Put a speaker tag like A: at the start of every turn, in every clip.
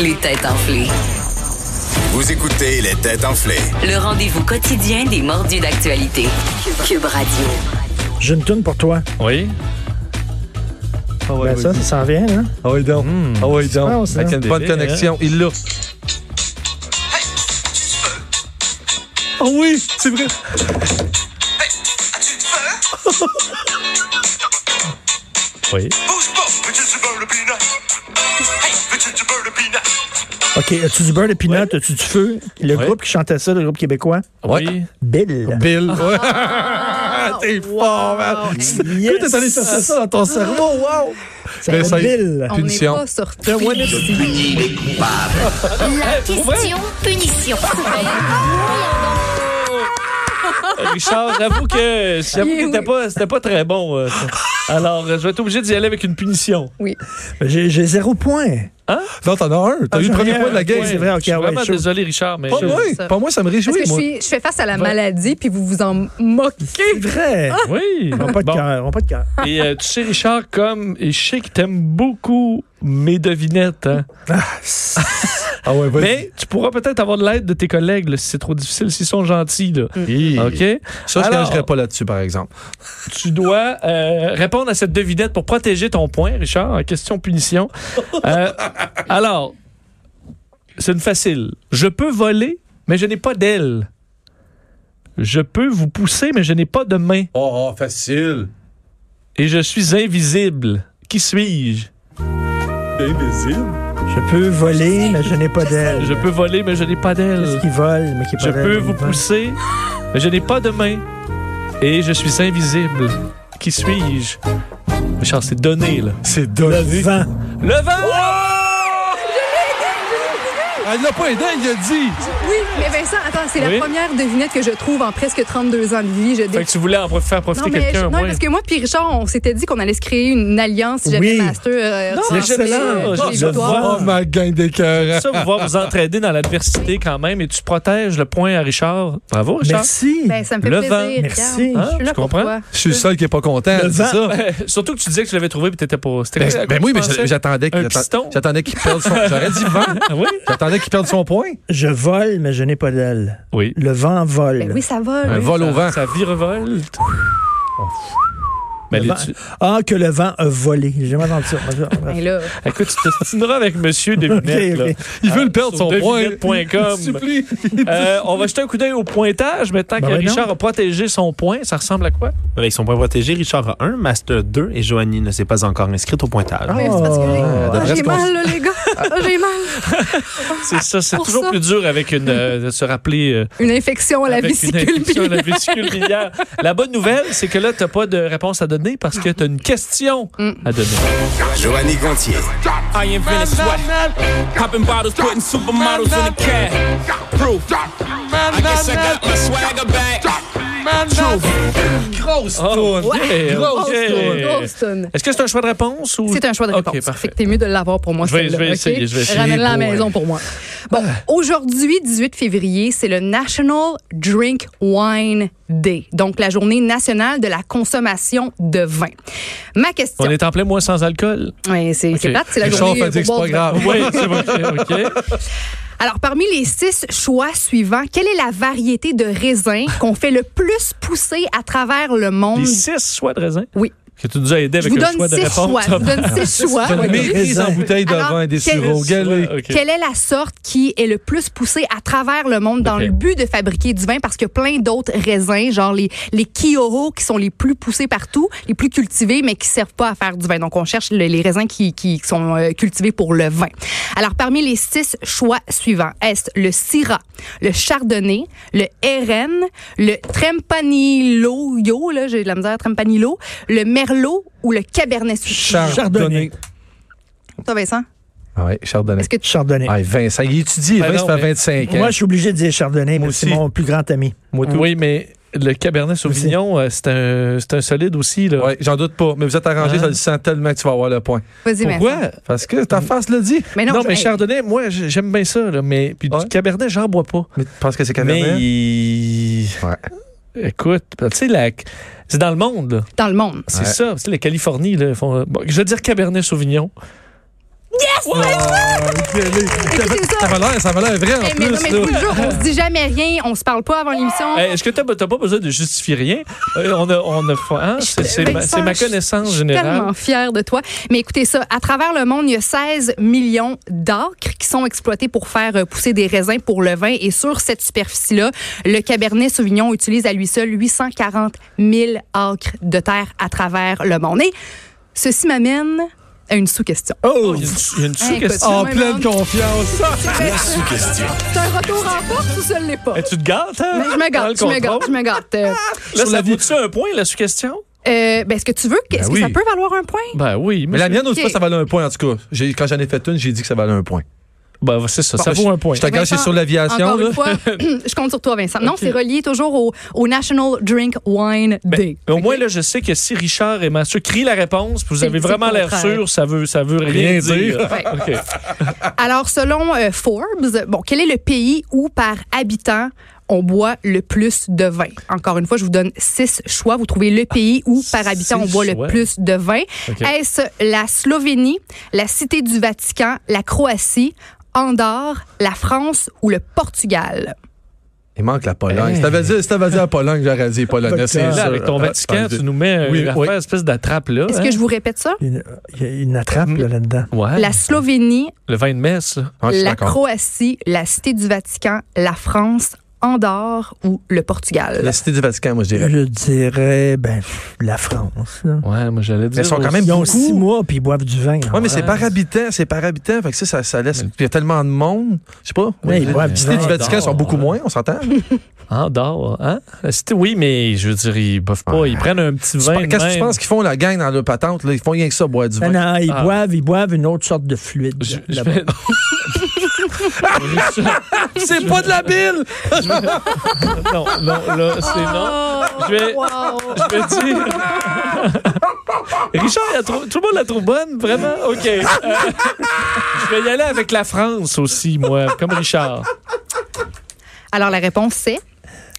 A: Les têtes enflées.
B: Vous écoutez les têtes enflées.
A: Le rendez-vous quotidien des mordus d'actualité. Cube Radio.
C: J'ai une toune pour toi.
D: Oui. Ah
C: Ben ça, ça s'en vient, hein?
D: Ah oui, donc. Ah oui, donc.
C: Ah, c'est
D: Avec une
C: bébé,
D: bonne connexion.
E: hein?
D: Il l'a. Ah oui, c'est vrai. Oui.
F: Who's boss? Which is the bird of peanut? Hey, which is the bird of peanut?
C: OK, as-tu du beurre de pinot? As-tu du feu? Le
D: Ouais.
C: groupe qui chantait ça, le groupe québécois?
D: Oui. Ah.
C: Bill.
D: Bill. Ouais. T'es fort, man.
C: Yes.
D: Écoute, t'es allé chercher ça dans ton cerveau. Wow.
C: Ça
D: Mais
C: va,
D: ça-
C: Bill.
G: On n'est
D: Punition.
G: pas sorti.
H: La question punition.
D: Richard, j'avoue que j'avoue
G: Oui,
D: que c'était
G: oui.
D: pas, c'était pas très bon. euh, ça. Alors, euh, je vais être obligé d'y aller avec une punition.
G: Oui.
C: J'ai j'ai zéro point.
E: Non, t'en as un.
C: Ah,
E: T'as eu
C: j'ai
E: le premier
C: rien.
E: point de la game.
C: Ouais, c'est vrai, ok,
D: je suis
C: ah ouais,
D: vraiment
C: chaud.
D: désolé, Richard, mais
E: Pas
D: je-
E: moi.
G: ça.
E: Pas moi, ça me
G: Parce
E: réjouit,
G: que je,
E: moi.
G: suis, je fais face à la
D: Ouais.
G: maladie, puis vous vous en moquez.
C: Vrai.
D: Oui.
C: On n'a pas de
D: Bon.
C: cœur. On n'a pas de cœur.
D: Et euh, tu sais, Richard, comme et je sais que t'aimes beaucoup mes devinettes, hein.
E: Ah ouais, vas-y.
D: mais tu pourras peut-être avoir de l'aide de tes collègues là, si c'est trop difficile, s'ils sont gentils. Là.
E: Hi.
D: OK?
E: Hmm. Ça, je
D: Alors-
E: gagerais pas là-dessus, par exemple.
D: Tu dois euh, répondre à cette devinette pour protéger ton point, Richard, en question punition. Euh, alors, c'est une facile. Je peux voler, mais je n'ai pas d'aile. Je peux vous pousser, mais je n'ai pas de main.
E: Oh, facile.
D: Et je suis invisible. Qui suis-je?
E: Invisible.
C: Je peux voler, mais je n'ai pas d'aile.
D: Je peux voler, mais je n'ai pas
C: Qu'est-ce
D: d'aile.
C: qui vole, mais qui n'est pas
D: Je
C: d'aile?
D: peux
C: Il
D: vous
C: vole.
D: pousser, mais je n'ai pas de main. Et je suis invisible. Qui suis-je? Richard, c'est donné, là.
E: C'est
C: Le
E: donné.
C: vent.
D: Le vent!
E: Elle l'a pas aidé, Ah, il a dit.
G: Oui, mais Vincent, attends, c'est
D: Oui.
G: la première devinette que je trouve en presque 32 ans de vie. Je
D: Fait
G: dé-
D: que tu voulais en prof- faire
G: Non,
D: profiter
G: mais je-
D: quelqu'un, au
G: non,
D: moins.
G: parce que moi puis Richard, on s'était dit qu'on allait se créer une alliance si jamais
C: Oui.
G: Master euh,
D: Non,
G: remportait,
D: j'aime ça.
G: euh,
D: Je
G: les
D: le
G: victoires.
D: vois.
E: Oh, ma gang d'écœurants.
D: Ça, vous va vous entraider dans l'adversité quand même et tu protèges le point à Richard. Bravo, Richard.
C: Merci.
G: Ben, ça me fait
D: Le
G: plaisir.
D: vent. Hein,
G: regarde.
C: Merci.
G: Je suis là
D: Tu
G: pour
D: comprends?
G: toi.
E: Je suis le seul qui est pas content.
C: Le
E: C'est
C: vent.
E: ça.
D: euh, Surtout que tu disais que je l'avais trouvé et t'étais pas. c'était quoi, à
E: Ben,
D: quoi
E: ben
D: tu
E: oui, mais
D: pensais?
E: j'a- j'attendais
D: Un
E: qu'il
D: piston?
E: j'atta- j'attendais qu'il perde son. J'aurais dit vent.
D: Oui.
E: J'attendais qu'il perde son point.
C: Je vole, mais je n'ai pas d'aile.
D: Oui.
C: Le vent vole.
G: Ben oui, ça va.
E: Un
G: là.
E: vol au vent.
D: Ça virevolte. Mais
C: Le
D: les-
C: vent-
D: tu-
C: Ah, que le vent a volé. J'ai jamais entendu ça.
G: Ben là,
D: Écoute, tu t'ostineras avec monsieur Devinette.
C: Ok, ok.
D: là.
E: Il veut
D: Ah,
E: le perdre,
D: sur
E: son point.
D: devinette.com.
E: Je supplie.
D: Euh, on va jeter un coup d'œil au pointage, mais tant
C: Ben
D: que
C: ouais, non.
D: Richard a protégé son point, ça ressemble à quoi?
I: Avec son point protégé, Richard a 1, Master 2 et Joanie ne s'est pas encore inscrite au pointage.
G: mais c'est parce que j'ai-
C: Oh.
G: Ah, j'ai
E: Reste
G: mal, là, les gars. Ah, J'ai mal.
D: C'est ça, c'est
G: Pour
D: toujours
G: ça.
D: plus dur avec une, euh, de se rappeler euh,
G: Une infection à la
D: avec une
G: vésicule
D: infection à la
G: biliaire.
D: vésicule biliaire. La bonne nouvelle, c'est que là, tu n'as pas de réponse à donner parce que tu as une question
G: Mm.
D: à donner.
B: Joanny Gontier.
J: I ain't finna sweat. Popping bottles, putting supermodels in the cab. Proof. I guess I got my swagger back.
E: Grosse
D: Oh,
E: toune.
D: yeah,
E: Grosse
D: ok.
E: toune.
G: Austin.
D: Est-ce que c'est un choix de réponse? Ou...
G: C'est un choix de
D: Ok,
G: réponse.
D: parfait.
G: Fait que t'es mieux de l'avoir pour moi.
D: Je vais-
G: celle-là,
D: je vais
G: ok?
D: essayer, je vais essayer. euh, Ah.
G: Ramène-la à la
D: Ouais.
G: maison pour moi. Bon, aujourd'hui, 18 février, c'est le National Drink Wine Day, donc la journée nationale de la consommation de vin. Ma question.
D: On est en plein mois sans alcool.
G: Ouais, c'est c'est
D: Ok.
G: plate, c'est la
E: Richard
G: journée.
E: fait
G: euh,
E: dire que
G: pour
E: c'est pas
G: boire du vin.
E: grave.
D: Oui, c'est bon, OK.
G: Alors, parmi les six choix suivants, quelle est la variété de raisin qu'on fait le plus pousser à travers le monde?
D: Les six choix de raisin.
G: Oui.
D: Que tu nous as aidé
G: Je
D: avec
G: vous
D: le
G: donne
D: choix de
G: six choix.
D: réponse.
G: Je vous donne six choix.
E: Mais mise en bouteille de
G: Alors,
E: vin et des
G: quel-
E: sureaux. Galé.
D: Ok.
G: Quelle est la sorte qui est le plus poussée à travers le monde dans
D: Ok.
G: le but de fabriquer du vin? Parce qu'il y a plein d'autres raisins, genre les, les Kioro qui sont les plus poussés partout, les plus cultivés, mais qui servent pas à faire du vin. Donc, on cherche le- les raisins qui, qui sont euh, cultivés pour le vin. Alors, parmi les six choix suivants, est le Syrah, le Chardonnay, le RN, le Trempanillo, yo, là, j'ai de la misère, Trempanillo, le Merlot ou le Cabernet Sauvignon?
E: Chardonnay. Ah
G: Toi, Vincent,
E: Ouais, Chardonnay.
G: est-ce que tu...
C: Chardonnay.
E: Ah, Vincent, il étudie,
D: Ah
E: Vincent,
D: non,
E: ça fait
D: mais-
E: 25 ans.
C: Moi, je suis obligé de dire Chardonnay, mais c'est
E: aussi.
C: mon plus grand ami.
D: Oui, mais le Cabernet Sauvignon, euh, c'est un, c'est un solide aussi. Là.
E: Ouais, j'en doute pas, mais vous êtes arrangé,
D: Ah.
E: ça le sent tellement que tu vas avoir le point.
G: Vas-y, Vincent.
D: Pourquoi?
E: Parce que ta face le dit.
G: Mais
D: Non,
G: je-
D: mais
G: hey.
D: Chardonnay, moi, j- j'aime bien ça. là, mais puis
E: Ouais.
D: du Cabernet, j'en bois pas.
E: Mais tu penses que c'est
D: Mais
E: Cabernet?
D: il-
E: Ouais.
D: écoute, tu sais, la- c'est dans le monde. là.
G: dans le monde.
D: C'est
E: Ouais.
D: ça. euh, C'est la Californie. Là, ils font- bon, je vais dire Cabernet Sauvignon.
E: Ah,
C: impressionné.
G: Écoutez ça.
E: Ça va l'air, ça va l'air vrai en
G: Mais, mais non,
E: plus.
G: mais
E: là.
G: tout le jour, on se dit jamais rien, on se parle pas avant l'émission.
D: Hey, Est-ce que t'as t'as pas besoin de justifier rien? Euh, on a, on a hein? C'est c'est ma, c'est ma connaissance
G: Je suis
D: générale.
G: tellement fière de toi. Mais écoutez ça, à travers le monde, il y a 16 millions d'acres qui sont exploités pour faire euh, pousser des raisins pour le vin. Et sur cette superficie-là, le Cabernet Sauvignon utilise à lui seul 840 000 acres de terre à travers le monde. Et ceci m'amène à une sous-question.
D: Oh, il y a une- il y a une sous-question.
G: Écoute,
E: En
G: oui,
E: pleine
G: man.
E: confiance.
G: C'est un retour en force ou ça ne l'est pas?
D: Eh, tu te gâtes, hein?
G: Mais je me
D: Dans le
G: gâte, je me
D: contrôle.
G: gâte, je me gâte. Euh,
D: Là, ça vaut-tu un point, la sous-question?
G: euh, ben, est-ce que tu veux? que- Est-ce
E: oui.
G: que ça peut valoir un point?
D: Ben oui.
E: Mais la
D: monsieur.
E: mienne, autrefois, ça valait un point, en tout cas. J'ai- Quand j'en ai fait une, j'ai dit que ça valait un point.
D: Ben, c'est ça, ça
E: Bon,
D: vaut
E: je-
D: un point.
E: Je te gâche, c'est
G: Vincent,
E: sur l'aviation.
G: Encore
E: là.
G: une fois, je compte sur toi, Vincent. Non, c'est relié toujours au, au National Drink Wine Day.
D: Mais ben, au
G: Fait
D: moins,
G: que-
D: là, je sais que si Richard et Mathieu crient la réponse, puis vous
G: C'est
D: avez
G: le petit
D: vraiment l'air
G: contraire.
D: sûr, ça veut, ça veut rien,
E: Rien
D: dire.
E: dire.
G: Ouais.
D: OK.
G: Alors, selon euh, Forbes, bon, quel est le pays où, par habitant, on boit le plus de vin? Encore une fois, je vous donne six choix. Vous trouvez le pays où, par habitant, on boit
D: Ah, choix.
G: le plus de vin.
D: OK.
G: Est-ce la Slovénie, la Cité du Vatican, la Croatie, Andorre, la France ou le Portugal?
E: Il manque la Pologne.
D: Hey.
E: Si t'avais dit, si t'avais dit la Pologne, j'aurais dit Pologne.
D: Là,
E: c'est sûr.
D: avec ton
E: Ah,
D: Vatican,
E: attendez.
D: tu nous mets
E: Oui,
D: une
E: oui.
D: affaire, espèce d'attrape là.
G: Est-ce
D: hein?
G: que je vous répète ça?
C: Il y a une- il y a une attrape
D: Mm-hmm.
C: là, là-dedans.
D: Ah, Ouais.
G: La Slovénie,
D: Le vin de messe. là.
E: Ah, je suis
G: la
E: d'accord.
G: Croatie, la Cité du Vatican, la France, Andorre ou le Portugal?
E: La cité du Vatican, moi, je dirais.
C: Je dirais, ben, pff, la France. là.
D: Ouais, moi, j'allais dire.
E: sont quand
D: aussi.
E: même
C: Ils ont
E: beaucoup.
C: six mois puis ils boivent du vin. hein.
E: Oui, mais c'est par habitant, c'est par habitant. Fait que ça, ça, ça laisse. Il y a tellement de monde. Je sais pas.
C: Ouais, ils boivent
E: les
C: du
E: cités
C: vin.
E: du Vatican sont
D: d'or,
E: beaucoup
D: là.
E: moins, on s'entend.
D: Andorre, hein? C'était- Oui, mais je veux dire, ils boivent pas. Ils prennent un petit vin.
E: Qu'est-ce que tu
D: même.
E: penses qu'ils font, la gang, dans le patente? Là? Ils font rien que ça, boire du
C: Non,
E: vin.
C: non, ils
D: Ah.
C: boivent, ils boivent une autre sorte de fluide.
D: Je- je
C: là-bas.
D: fais-
E: C'est pas de la bile!
D: non, non, là, c'est non. Je vais, je vais dire. Richard, il a trou- tout le monde la trouve bonne, vraiment? OK. Euh, je vais y aller avec la France aussi, moi, comme Richard.
G: Alors, la réponse, c'est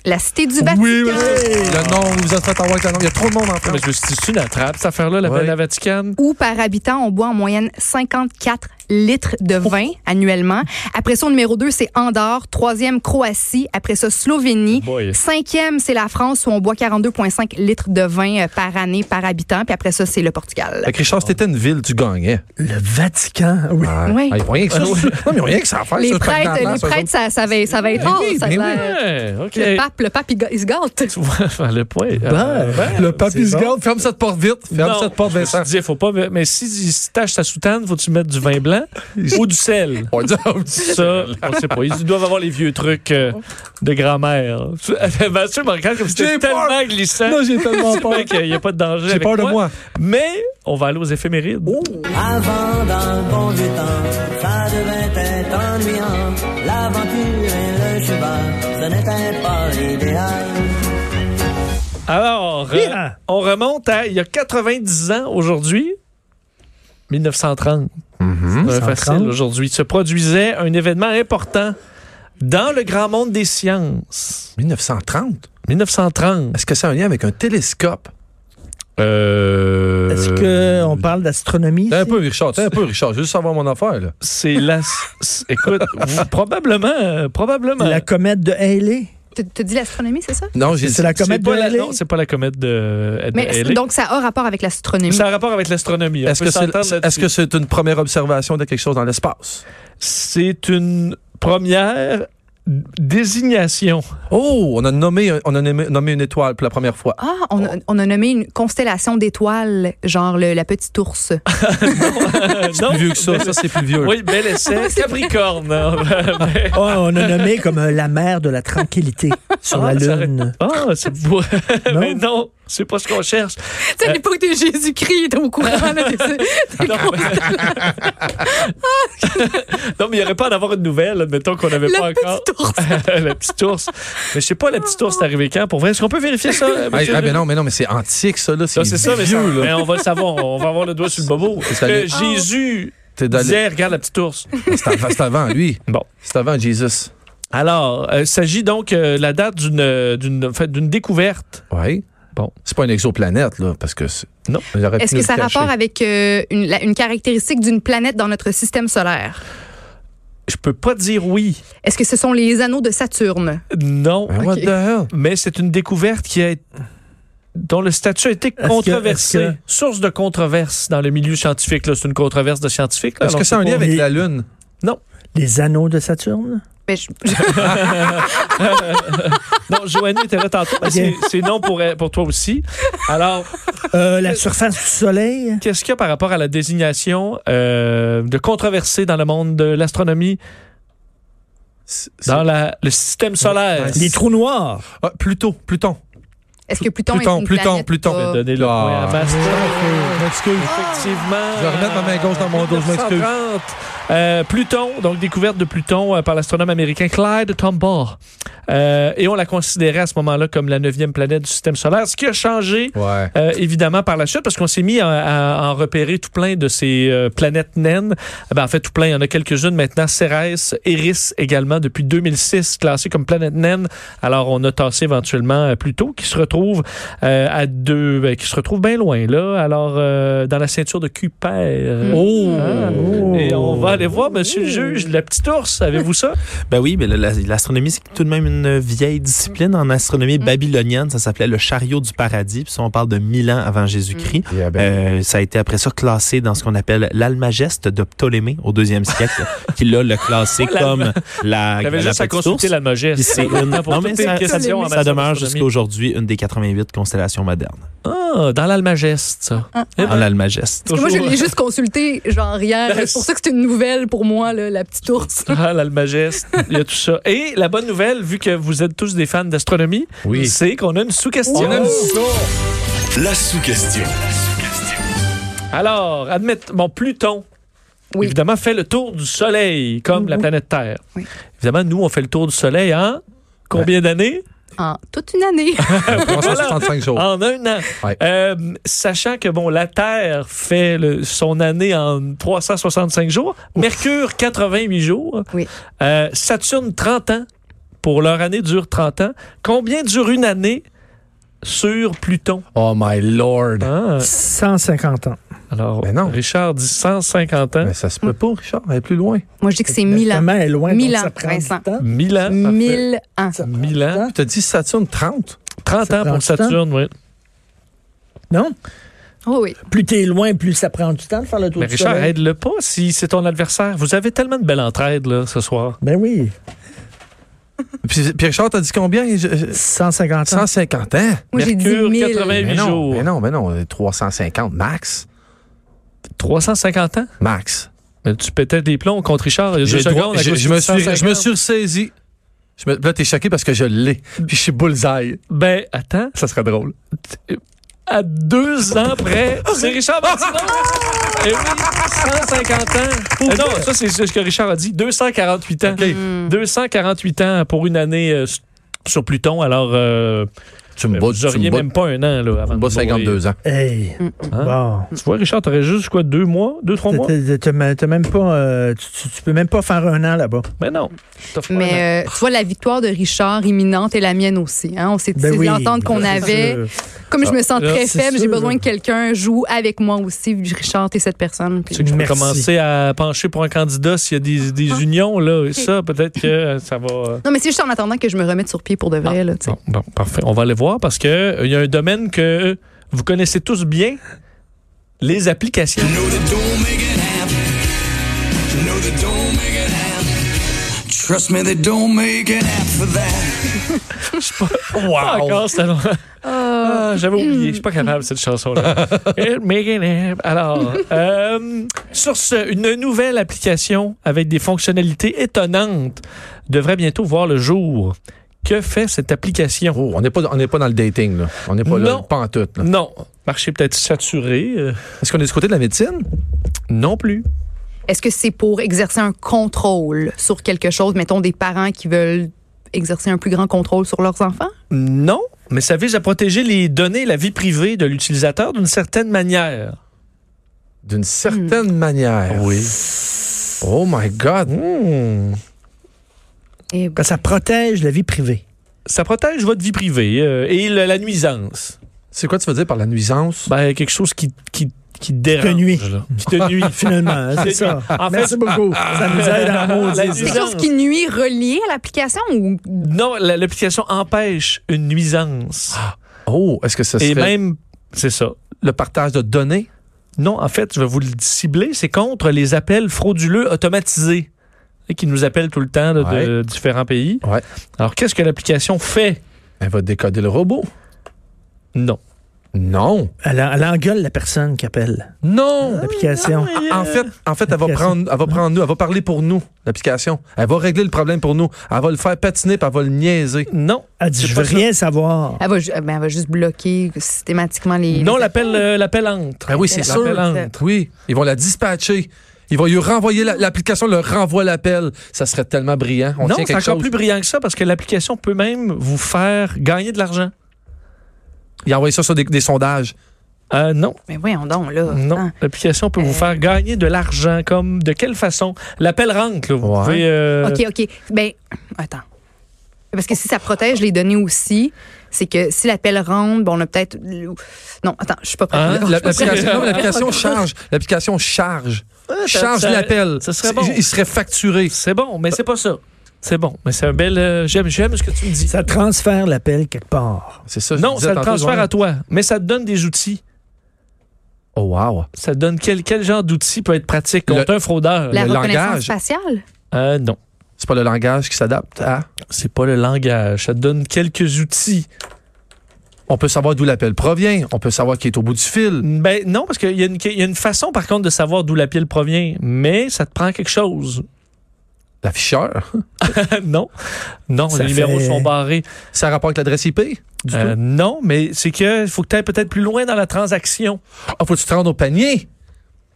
G: la Cité du Vatican.
E: Oui, oui. Le nom, vous vous êtes fait avoir avec le nom. Il y a trop de monde en
D: Non,
E: France.
D: mais je me suis dit, c'est une attrape, cette affaire-là, la,
E: Ouais.
D: la Vaticane.
G: Où, par habitant, on boit en moyenne 54 litres de vin
E: Oh.
G: annuellement. Après ça, au numéro 2, c'est Andorre. Troisième, Croatie. Après ça, Slovénie.
D: Oh boy.
G: Cinquième, c'est la France, où on boit 42,5 litres de vin euh, par année, par habitant. Puis après ça, c'est le Portugal.
E: Fait que Richard, si t'étais une ville, tu gagnais.
C: Le Vatican, oui.
G: Oui.
E: Ah, ils font rien que ça. non, mais ils ont rien que ça à faire.
G: Les
E: ça, sur le
G: prêtres,
E: Parlement,
G: les
E: ça, Eh
G: prêtres, ça, ça va, ça va être rare,
E: oui, Eh.
G: ça
E: mais
G: va-
D: Ouais, OK.
G: Le pape, le pape, il, ga- il se gâte.
D: Tu vois, enfin, le point. Euh,
C: Ben,
E: eux autres. Le papy
C: C'est
E: se
C: bon.
E: garde. Ferme cette porte vite. Ferme
D: Non.
E: cette porte,
D: Je
E: Vincent.
D: me suis dit, faut pas. Mais si si tu taches ta soutane, faut-tu mettre du vin blanc ou du sel?
E: On dit, on dit-
D: Ça, on sait pas. Ils doivent avoir les vieux trucs euh, de grand-mère. Tu- Mathieu me regarde comme si c'était
E: J'ai
D: tellement
E: peur.
D: glissant.
E: Non, j'ai tellement
D: C'est
E: peur.
D: vrai qu'il n'y a pas de danger.
E: J'ai
D: avec
E: peur de moi.
D: Mais on va aller aux éphémérides.
K: Avant dans le bon vieux temps, ça devait être ennuyant. L'aventure et le cheval, ce n'était pas l'idéal.
D: Alors, euh,
C: Yeah.
D: on remonte à il y a 90 ans aujourd'hui. 1930. C'est facile aujourd'hui. Se produisait un événement important dans le grand monde des sciences.
E: 1930.
D: 1930.
E: Est-ce que ça a un lien avec un télescope?
D: Euh...
C: Est-ce qu'on parle d'astronomie?
E: T'es un
C: ici?
E: peu, Richard. T'es un peu, Richard. Je veux juste savoir mon affaire, là.
D: C'est la. s- Écoute, vous- probablement. euh, probablement.
C: La comète de Haley?
G: Tu tu dis l'astronomie, c'est ça?
E: Non, j'ai
C: C'est la
D: C'est
C: comète de
D: pas la-
C: Haley?
D: non, c'est pas la comète de. de
G: Mais
D: Halley.
G: donc, ça a rapport avec l'astronomie.
D: ça a rapport avec l'astronomie. On
E: Est-ce
D: peut
E: que c'est
D: s'entendre
E: est-ce
D: là-dessus.
E: que c'est une première observation de quelque chose dans l'espace?
D: c'est une première d- désignation?
E: Oh, on a nommé, un- on a nommé, nommé une étoile pour la première fois.
G: Ah, on a, on a nommé une constellation d'étoiles, genre le- la petite ours.
D: Euh, non.
E: Plus vieux que ça, ça c'est plus vieux.
D: Oui, bel essai. Capricorne. Ah,
C: Oh, on a nommé comme euh, la mer de la tranquillité sur la
D: Ah, ça
C: Lune.
D: c'est beau. Mais non, c'est pas ce qu'on cherche.
G: Tu sais, à l'époque de Jésus-Christ, il était au courant. là, des- des-
D: Non, mais, Non, mais il n'y aurait pas d'avoir une nouvelle, admettons qu'on n'avait pas
G: le
D: encore.
G: petit ours.
D: la petite ours. Mais je sais pas, la petite ours, c'est arrivé quand? Pour vrai, est-ce qu'on peut vérifier ça?
E: Ah,
D: monsieur
E: ah, ben non, mais non, mais c'est antique ça là.
D: Non,
E: C'est
D: c'est ça, mais,
E: vieux
D: ça-
E: là.
D: mais on va le savoir. On va avoir le doigt sur le bobo.
E: C'est allé-
D: Que Jésus
E: T'es dans les-
D: disait, regarde la petite ours.
E: C'est avant, c'est avant lui.
D: Bon.
E: C'est avant Jesus.
D: Alors, euh, il s'agit donc euh, de la date d'une euh, d'une en fait, d'une découverte.
E: Oui.
D: Bon.
E: C'est pas une exoplanète là, parce que c'est-
D: Non.
E: il aurait
G: Est-ce
E: pu
G: que
E: nous
G: ça a
E: le cacher.
G: rapport avec euh, une, la- une caractéristique d'une planète dans notre système solaire?
D: je peux pas dire oui.
G: Est-ce que ce sont les anneaux de Saturne?
D: Non.
E: Ben, what
G: Ok.
E: the hell?
D: Mais c'est une découverte qui a été- dont le statut a été
C: que-
D: controversé.
C: est-ce que-
D: Source de controverse dans le milieu scientifique. là. C'est une controverse de scientifiques. là.
E: Est-ce
D: Alors,
E: que c'est un lien
D: pas-
E: avec la Lune?
C: Les anneaux de Saturne?
G: Ben, je-
D: Non, Joanie était là tantôt, mais c'est- c'est non pour, elle- pour toi aussi. Alors,
C: Euh, la surface du soleil?
D: qu'est-ce qu'il y a par rapport à la désignation euh, de controversé dans le monde de l'astronomie,
E: C'est- c'est-
D: dans la- le système solaire?
C: Les trous noirs?
E: Ah, Pluton, Pluton.
G: Est-ce que Pluton,
E: Pluton,
G: est une
E: Pluton,
G: planète
E: Pluton.
G: pas-
D: Donnez le
E: Ah.
D: point à Bastien.
C: Excuse.
D: Effectivement.
E: Je vais remettre ma main gauche dans mon dos, je m'excuse.
D: 1930, euh, Pluton, donc découverte de Pluton euh, par l'astronome américain Clyde Tombaugh. Euh, et on la considérait à ce moment-là comme la neuvième planète du système solaire, ce qui a changé
E: Ouais.
D: euh, évidemment par la suite parce qu'on s'est mis à, à en repérer tout plein de ces euh, planètes naines. Eh ben, en fait, tout plein, il y en a quelques-unes maintenant. Cérès, Eris également, depuis 2006, classée comme planète naine. Alors, on a tassé éventuellement euh, Pluto qui se retrouve euh, à deux, ben, qui se retrouve bien loin, là. Alors, euh, dans la ceinture de Kuiper. Oh! Et on va aller voir, monsieur le juge, la petite ours, avez-vous ça?
I: Ben oui, mais la- la- l'astronomie, c'est tout de même une vieille discipline. En
D: Mm.
I: astronomie babylonienne, ça s'appelait le chariot du paradis. Puis ça, on parle de 1000 ans avant Jésus-Christ.
D: Mm.
E: Yeah, ben.
I: Euh, ça a été après ça classé dans ce qu'on appelle l'Almageste de Ptolémée au deuxième siècle, qui là le classé comme la, la
D: J'avais juste à
I: petite
D: consulter
I: ours.
D: la Mogesse.
I: Puis c'est une-
D: Pour
I: non, mais
D: toutes tes
I: ça,
D: questions en
I: ça demeure
D: astronomie.
I: jusqu'à aujourd'hui une des 88 constellations modernes.
D: Ah, dans l'Almageste, ça. Eh ben,
I: En l'Almageste.
G: Parce que Moi, je
D: toujours-
G: l'ai juste consulté, genre hier.
D: Ben,
G: C'est pour ça que c'est une nouvelle pour moi, là, la petite ours.
D: Ah, l'Almageste, il y a tout ça. Et la bonne nouvelle, vu que vous êtes tous des fans d'astronomie, c'est qu'on a une sous-question.
E: On aime Oh!
B: La sous-question.
D: Alors, admettons, bon, Pluton,
G: Oui.
D: évidemment, fait le tour du Soleil, comme la planète Terre.
G: Oui.
D: Évidemment, nous, on fait le tour du Soleil en combien d'années?
G: En toute une année.
E: 365 jours.
D: En un an.
E: Ouais.
D: Euh, sachant que, bon, la Terre fait le- son année en 365 jours, Mercure, 88 jours,
G: Oui.
D: Euh, Saturne, 30 ans, pour leur année dure 30 ans. Combien dure une année sur Pluton?
E: Oh my lord.
D: Hein?
C: 150 ans.
D: Alors,
E: Mais Ben non.
D: Richard dit 150 ans.
E: Mais ça se peut pas, Richard. Elle est plus loin.
G: moi, je dis que c'est mille ans.
C: Comment elle est loin,
G: Mille
C: donc
G: ans,
C: ça prend du
G: Vincent.
E: Ben.
C: temps.
D: 1000 ans. Ah, parfait.
G: Mille ans.
C: Ça prend
D: 1000
C: du
D: ans.
C: temps.
E: T'as dit Saturne 30.
D: 30
C: Ça
D: ans
C: prend
D: pour
C: du temps.
D: Saturne, oui.
C: Non?
G: Oh oui.
C: Plus t'es loin, plus ça prend du temps de faire le tour
D: Mais
C: du
D: Richard,
C: soleil.
D: aide-le pas si c'est ton adversaire. Vous avez tellement de belle entraide là, ce soir.
C: Ben oui.
E: Puis, puis Richard, t'as dit combien? Je- je-
C: 150 ans.
E: 150 ans?
G: Moi, j'ai dit
D: Mercure,
G: mille.
D: 88
E: Mais non,
D: jours.
E: mais non, mais non, 350 max.
D: 350 ans?
E: Max.
D: Mais tu pétais des plombs contre Richard il y a deux
E: J'ai droit-
D: secondes. à
E: j'ai-
D: cause
E: je
D: du
E: me suis,
D: 150.
E: je me suis ressaisi. Je me- là, t'es choqué parce que je l'ai. Puis je suis bullseye.
D: Ben, attends.
E: Ça serait drôle.
D: À deux ans près, c'est Richard Martineau. Eh oui, 150 ans. Eh non, ça, c'est ce que Richard a dit. 248 ans.
G: Hmm.
D: 248 ans pour une année euh, sur Pluton. Alors, euh,
E: Tu me bats,
D: vous
E: tu me
D: auriez
E: bats,
D: même pas un an là,
E: tu
D: avant
E: me
D: de
E: bats
D: mourir.
E: 52 ans.
C: Hey.
G: Mm.
D: Hein?
C: Bon.
D: Tu vois, Richard, t'aurais juste quoi, deux mois, deux, trois mois?
C: T'as- t'as- t'as- t'as même pas, euh, tu, tu- tu peux même pas faire un an là-bas.
D: Mais non. T'as fait un an.
G: Mais euh, tu vois, la victoire de Richard imminente est la mienne aussi. hein. On s'est dit
C: Ben oui.
G: l'entente qu'on
C: C'est
G: avait.
C: sûr.
G: Comme je me sens
D: là,
G: très
C: c'est
G: faible,
C: sûr.
G: j'ai besoin que quelqu'un joue avec moi aussi. Richard, t'es cette personne. puis-
D: Tu sais que je peux
C: Merci.
D: commencer à pencher pour un candidat s'il y a des, des
G: Ah.
D: unions, là. Et ça, peut-être que euh, ça va. euh,
G: Non, mais c'est juste en attendant que je me remette sur pied pour de vrai. là, tu sais.
D: Bon, bon, parfait. On va aller voir parce que euh, il y a un domaine que euh, vous connaissez tous bien les applications.
B: Trust me, they don't make it half for that.
D: Ah, encore, c'est alors- Ah, J'avais oublié. Je suis pas capable de cette chanson-là. It make it happen. Alors, euh, sur ce, une nouvelle application avec des fonctionnalités étonnantes devrait bientôt voir le jour. Que fait cette application?
E: Oh, on n'est pas, on n'est pas dans le dating, là. On n'est pas là,
D: Non.
E: pas en tout. là.
D: Non. Marché peut-être saturé. euh,
E: Est-ce qu'on est du côté de la médecine?
D: non plus.
G: Est-ce que c'est pour exercer un contrôle sur quelque chose? Mettons des parents qui veulent exercer un plus grand contrôle sur leurs enfants?
D: Non, mais ça vise à protéger les données et la vie privée de l'utilisateur d'une certaine manière.
E: D'une certaine
D: Hmm.
E: manière.
D: Oui.
E: Oh my God.
G: Et
C: Quand ça protège la vie privée.
D: Ça protège votre vie privée euh, et le- la nuisance.
E: C'est quoi tu veux dire par la nuisance?
D: Ben, quelque chose qui, qui, qui te dérange.
C: Te nuit.
D: là. Qui te nuit.
C: Finalement, hein,
D: Qui
C: c'est
D: te
C: ça.
D: nuit. En
C: Merci
D: fait-
C: beaucoup. Ça nous aide à
D: La
C: maudire.
G: Quelque chose
D: nuisance.
G: qui nuit relié à l'application ou
D: Non, la- l'application empêche une nuisance.
E: Oh, est-ce que ça serait
D: Ben, Et même, c'est ça.
E: le partage de données?
D: Non, en fait, je vais vous le cibler, c'est contre les appels frauduleux automatisés Et qui nous appellent tout le temps là, de, différents pays.
E: Ouais.
D: Alors, qu'est-ce que l'application fait?
E: Elle va décoder le robot.
D: Non.
E: Non.
C: Elle, elle engueule la personne qui appelle
E: Non.
D: Ah,
C: l'application.
D: euh,
E: En fait, en fait, elle va
C: L'application.
E: prendre, elle va prendre nous, elle va parler pour nous, l'application. Elle va régler le problème pour nous. Elle va le faire patiner, puis elle va le niaiser.
D: Non.
C: Elle dit,
D: C'est
C: je
D: pas
C: veux rien savoir.
G: elle va, ju- ben, elle va juste bloquer systématiquement les.
D: Non,
G: les-
D: l'appel euh, l'appel entre.
E: Ben oui, c'est sûr.
D: L'appel entre.
E: Oui, ils vont la dispatcher. Ils vont lui renvoyer la- l'application, leur renvoie l'appel. Ça serait tellement brillant. On
D: non,
E: tient
D: c'est
E: quelque
D: encore
E: chose.
D: plus brillant que ça parce que l'application peut même vous faire gagner de l'argent.
E: Ils envoient ça sur des, des sondages.
D: Euh, non,
G: Mais voyons donc, là.
D: non.
G: Hein.
D: L'application peut
G: Euh.
D: vous faire gagner de l'argent. Comme de quelle façon? L'appel rentre, là, vous
E: Ouais.
D: pouvez, euh,
G: OK, OK. Ben, attends. Parce que si ça protège les données aussi, c'est que si l'appel rentre, bon, on a peut-être. Non, attends, je suis pas prête.
D: Hein?
G: là.
E: La- L'application non, mais l'application charge. L'application charge.
D: ça-
E: Charge
D: ça-
E: l'appel.
D: ça serait bon.
E: Il serait facturé.
D: C'est bon, mais c'est pas ça. C'est bon, mais c'est un bel. euh, j'aime, j'aime ce que tu me dis.
C: Ça transfère l'appel quelque part.
E: C'est ça. je
D: non,
E: disais
D: ça le
E: tantôt,
D: transfère
E: Joanne.
D: à toi, mais ça te donne des outils.
E: Oh, wow.
D: Ça te donne quel, quel genre d'outils peut être pratique contre
E: Le-
D: un fraudeur?
G: La
E: le
G: reconnaissance
E: langage.
G: faciale?
D: Euh, non,
E: C'est pas le langage qui s'adapte à.
D: c'est pas le langage. Ça te donne quelques outils.
E: On peut savoir d'où l'appel provient. On peut savoir qui est au bout du fil.
D: Ben non, parce qu'il y, a une- il y a une façon, par contre, de savoir d'où la pile provient, mais ça te prend quelque chose.
E: L'afficheur.
D: non, non,
C: Ça
D: les numéros
C: fait-
D: sont barrés.
E: Ça a rapport avec l'adresse IP? Du
D: Euh,
E: tout.
D: non, mais c'est que faut que tu ailles peut-être plus loin dans la transaction.
E: Ah, faut que tu te rendes au panier.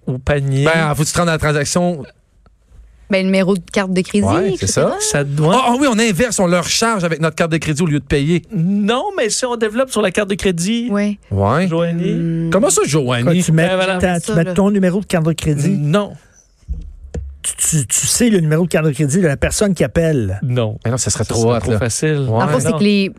D: Au panier.
E: Ben, faut que tu te rendes à la transaction.
G: Ben, le numéro de carte de crédit.
E: Ouais, c'est
G: etc.
E: ça.
D: ça
E: Ah
D: doit.
E: ah oui, on inverse, on leur charge avec notre carte de crédit au lieu de payer.
D: Non, mais si on développe sur la carte de crédit,
G: Ouais. Mmh.
E: Ouais.
D: Joanie.
E: Comment ça,
C: Quand
E: Joanie?
C: tu mets,
D: Ben, voilà,
C: ta-
G: c'est
C: tu
G: ça,
C: mets
G: là.
C: ton numéro de carte de crédit,
D: Non,
C: tu, tu- tu sais le numéro de carte de crédit de la personne qui appelle.
D: non.
E: Mais Eh non, ça serait
D: Ça,
E: trop
D: c'est
E: hot, là.
D: facile.
E: Ouais.
G: En fait, c'est
D: Non.
G: que les.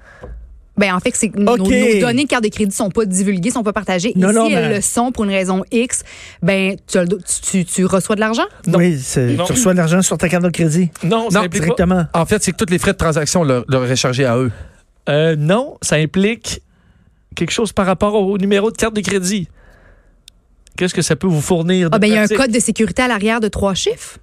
G: Ben, en fait, c'est que nos-
C: OK.
G: nos, données de carte de crédit sont pas divulguées, sont pas partagées.
C: Non,
G: Et
C: non,
G: si elles
C: mais-
G: le sont pour une raison X, ben, tu, as le do- tu, tu- tu reçois de l'argent?
D: Non.
C: Oui, c'est-
D: Non.
C: tu reçois de l'argent sur ta carte de crédit
D: Non, ça
E: Non,
D: implique pas-
C: directement.
E: En fait, c'est que tous les frais de transaction leur, leur est chargé à eux.
D: Euh, non, ça implique quelque chose par rapport au numéro de carte de crédit. Qu'est-ce que ça peut vous fournir? de
G: Ah, ben, il y a un
D: pratique?
G: code de sécurité à l'arrière de trois chiffres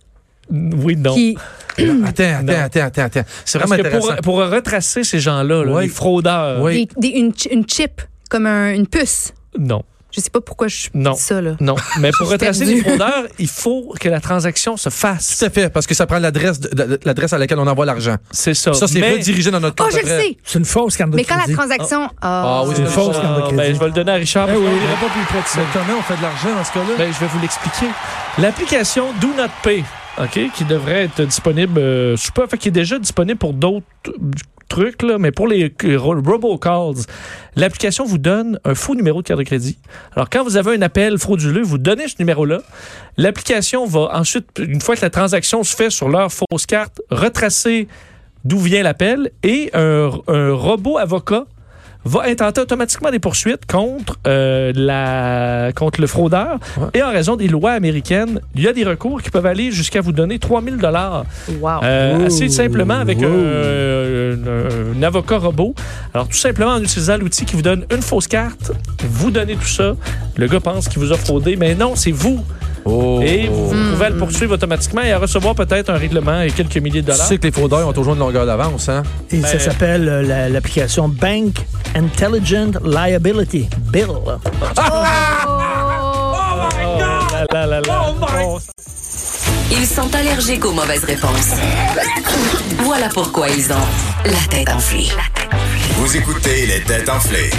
D: Oui, non.
G: qui.
E: Attends, attends, attends, attends, attends. C'est
D: Parce
E: vraiment
D: que pour,
E: intéressant.
D: pour retracer ces gens-là, là,
E: Oui.
D: les fraudeurs,
E: Oui.
G: des- des- une, chi- une chip, comme un- une puce.
D: non,
G: Je sais pas pourquoi je
D: Non.
G: dis ça, là.
D: non. Mais pour
G: Je suis
D: retracer
G: perdue.
D: les fraudeurs, il faut que la transaction se
E: Tout
D: fasse.
E: à fait, parce que ça prend l'adresse de- de- l'adresse à laquelle on envoie l'argent.
D: C'est ça.
E: Ça, c'est
D: Mais-
E: redirigé dans notre
G: Oh,
E: compte.
G: je le
E: après.
G: sais!
C: C'est une fausse carte de
G: Mais quand la
C: crédit.
G: transaction. oh,
E: Ah oui,
D: C'est
E: c'est
D: faux.
E: fausse
C: carte de crédit.
D: Ben, je vais le donner à Richard. parce qu'on ira pas plus près de ça.
E: Mais comment on fait de l'argent dans ce cas-là?
D: Ben, je vais vous l'expliquer. L'application Do Not Pay, OK, qui devrait être disponible, euh, je sais pas, fait, qui est déjà disponible pour d'autres euh, trucs, là, mais pour les euh, ro- robocalls, l'application vous donne un faux numéro de carte de crédit. Alors, quand vous avez un appel frauduleux, vous donnez ce numéro-là. L'application va ensuite, une fois que la transaction se fait sur leur fausse carte, retracer d'où vient l'appel et un, un robot avocat va intenter automatiquement des poursuites contre, euh, la, contre le fraudeur. Et en raison des lois américaines, il y a des recours qui peuvent aller jusqu'à vous donner 3000 dollars. Euh,
G: Wow.
C: Ouh.
D: assez simplement avec
C: Ouh.
D: euh, un, un avocat robot. Alors tout simplement en utilisant l'outil qui vous donne une fausse carte, vous donnez tout ça. Le gars pense qu'il vous a fraudé, mais non, c'est vous.
E: Oh.
D: Et vous, vous pouvez le poursuivre automatiquement et à recevoir peut-être un règlement et quelques milliers de
E: Tu
D: dollars.
E: sais que les fraudeurs ont toujours une longueur d'avance, hein?
C: Et ça
D: Ben-
C: s'appelle euh, la- l'application Bank Intelligent Liability Bill.
D: Ah! Oh là là là là.
C: Oh,
A: Ils sont allergiques aux mauvaises réponses. Voilà pourquoi ils ont la tête enflée.
L: Vous écoutez les têtes enflées.